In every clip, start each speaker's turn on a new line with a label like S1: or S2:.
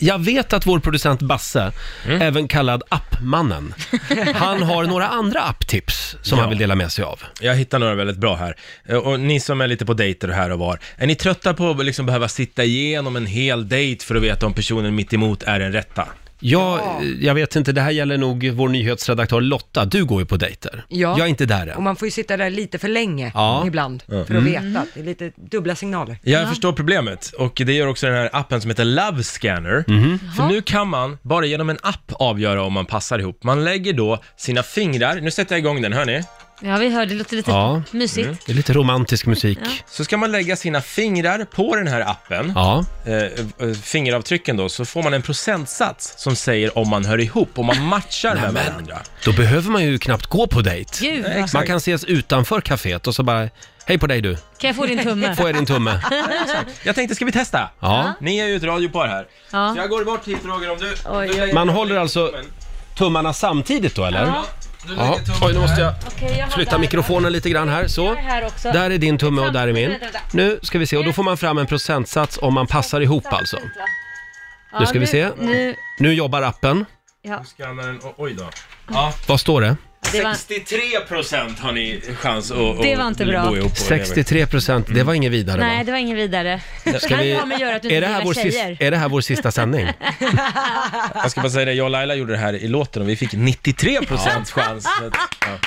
S1: Jag vet att vår producent Basse, även kallad appmannen, han har några andra apptips som
S2: Ja.
S1: han vill dela med sig av.
S2: Jag hittar några väldigt bra här. Eh, Och ni som är lite på dejter här och var, är ni trötta på att liksom behöva sitta igenom en hel dejt för att veta om personen mitt emot är den rätta?
S1: Jag, jag vet inte, det här gäller nog vår nyhetsredaktör Lotta. Du går ju på dejter.
S3: Ja.
S1: Jag är inte där än.
S3: Och man får ju sitta där lite för länge
S1: Ja. Mm.
S3: ibland för att veta. Det är lite dubbla signaler.
S2: Jag förstår problemet och det gör också den här appen som heter Love Scanner.
S1: Mhm.
S2: För nu kan man bara genom en app avgöra om man passar ihop. Man lägger då sina fingrar, nu sätter jag igång den, hör ni?
S4: Ja, vi hörde. Det låter lite
S1: Ja. Mm.
S4: mysigt.
S1: Det är lite romantisk musik.
S2: Så ska man lägga sina fingrar på den här appen,
S1: Ja.
S2: eh, eh, fingeravtrycken då, så får man en procentsats som säger om man hör ihop, om man matchar med varandra.
S1: Då behöver man ju knappt gå på dejt.
S4: Gud,
S2: Exakt.
S1: Man kan ses utanför kaféet och så bara, hej på dig du,
S4: kan jag få din tumme?
S1: får jag din tumme?
S2: Jag tänkte, ska vi testa?
S1: Ja.
S2: Ni är ju ett radiopar här.
S4: Ja.
S2: Så jag går bort hit Roger om du... om
S4: Oj,
S2: du
S4: oj.
S2: lägger-
S1: Man håller alltså
S2: tummen.
S1: tummarna samtidigt då eller?
S4: Ja.
S2: Du lägger
S1: Ja.
S2: tummen
S1: Oj, nu måste jag
S4: Okej, jag har
S1: flytta
S4: där.
S1: mikrofonen lite grann här,
S4: Jag
S1: så.
S4: är här också.
S1: Där är din tumme och där är min.
S4: Vänta, vänta, vänta.
S1: Nu ska vi se, och då får man fram en procentsats om man passar ihop alltså.
S4: Ja,
S1: Nu ska vi se.
S4: Nu,
S1: Nu jobbar appen.
S4: ja,
S2: Skannar den, o- oj då. Ja,
S1: Vad står det?
S4: det var,
S2: 63 procent har ni chans att, att
S4: Det var inte bra.
S2: bo ihop och
S1: 63 procent, det var inget vidare
S4: nej,
S1: va?
S4: det var ingen vidare.
S1: Ska
S4: kan
S1: vi-
S4: ha med att göra att du
S1: Är
S4: inte
S1: det, här
S4: gillar
S1: vår
S4: tjejer.
S1: sista, är det här vår sista sändning?
S2: leva. Jag ska bara säga det, jag och Laila gjorde det här i låten och vi fick 93 procents chans. Så att, ja.
S3: Kul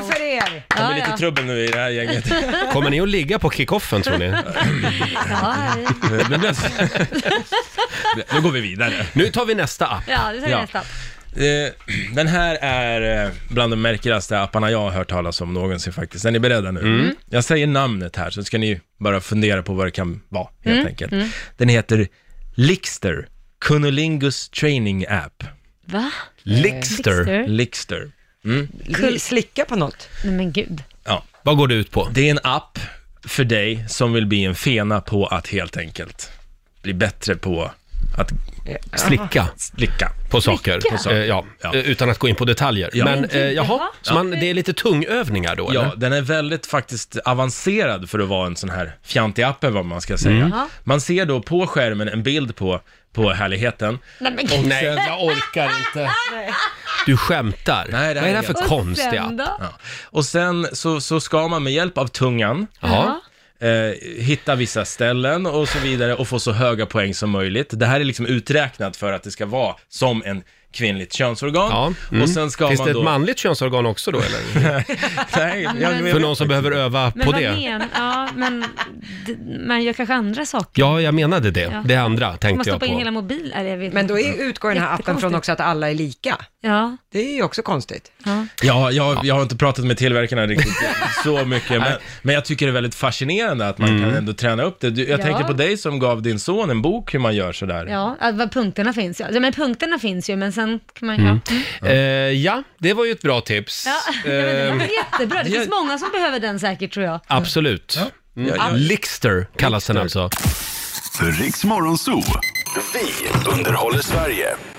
S4: Wow.
S3: för er!
S2: Det
S4: Ja,
S2: blir lite
S4: ja.
S2: trubbel nu i det här gänget.
S1: Kommer ni att ligga på kickoffen tror ni?
S4: Ja, det-
S2: Men det- Nu går vi vidare.
S1: Nu tar vi nästa app.
S4: ja, det tar vi
S2: Ja.
S4: nästa.
S2: Eh, Den här är eh, bland de märkligaste apparna jag har hört talas om någonsin faktiskt. Är ni beredda nu? Jag säger namnet här så ska ni bara fundera på vad det kan vara helt enkelt. Den heter Lixter, Cunnilingus Training App.
S4: Va?
S1: Lixter.
S4: Sixter?
S2: Lixter.
S3: Li- Slicka på något.
S4: Nej men gud.
S2: Ja,
S1: Vad går det ut på?
S2: det är en app för dig som vill bli en fena på att helt enkelt bli bättre på att
S1: Slicka
S2: slicka.
S1: på saker.
S4: Slicka?
S1: På saker. Eh, ja.
S2: Ja.
S1: Eh, Utan att gå in på detaljer.
S2: Ja.
S1: Men
S4: Men
S1: eh,
S4: gud,
S1: jaha,
S4: jaha.
S1: så man, det är lite tungövningar då
S2: Ja,
S1: eller?
S2: den är väldigt faktiskt avancerad för att vara en sån här fjantig app eller vad man ska säga.
S1: Mm.
S2: Man ser då på skärmen en bild på, på härligheten.
S4: Nej men
S2: Och
S4: gud.
S1: Nej,
S2: sen,
S1: jag orkar inte. Du skämtar.
S2: Nej, det här
S1: Vad är det här
S2: är
S1: för
S2: helt-
S1: konstig app?
S4: Sen då?
S2: ja. och sen så, så ska man med hjälp av tungan
S1: Ja.
S2: eh, hitta vissa ställen och så vidare och få så höga poäng som möjligt. Det här är liksom uträknat för att det ska vara som en kvinnligt könsorgan.
S1: Ja, mm.
S2: Och sen ska
S1: Finns
S2: man
S1: det ett
S2: då...
S1: manligt könsorgan också då eller?
S2: Nej, jag,
S1: För någon som behöver öva
S4: Men
S1: på
S4: vad
S1: det?
S4: menar Ja, men d- man gör kanske andra saker.
S1: Ja, jag menade det. Det andra
S4: Man
S1: tänkte jag
S4: stoppar in hela
S1: på.
S4: mobilen. Eller jag vet
S3: Men
S4: inte.
S3: då är, utgår den här appen från
S4: Jättekonstigt.
S3: också att alla är lika.
S4: Ja.
S3: Det är ju också konstigt.
S2: Ja, jag, jag har inte pratat med tillverkarna riktigt så mycket, men, Mm. men jag tycker det är väldigt fascinerande att man kan ändå träna upp det. Du, jag
S4: Ja.
S2: tänker på dig som gav din son en bok hur man gör sådär.
S4: Ja, att vad punkterna finns. Ja, men punkterna finns ju, men sen kan man... Ja. Mm.
S1: Eh, ja, det var ju ett bra tips.
S4: Ja, jag vet inte,
S1: Eh,
S4: det var jättebra. Det finns
S2: jag-
S4: många som behöver den säkert tror jag.
S1: absolut. Mm. Lixter kallas den alltså.
S5: Riks Morgonzoo. Vi underhåller Sverige.